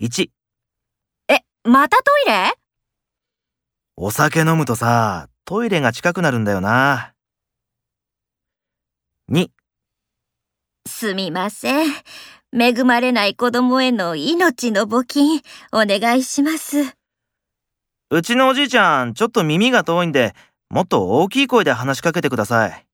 1、え、またトイレお酒飲むとさ、トイレが近くなるんだよな。2、すみません。恵まれない子供への命の募金、お願いします。うちのおじいちゃん、ちょっと耳が遠いんで、もっと大きい声で話しかけてください。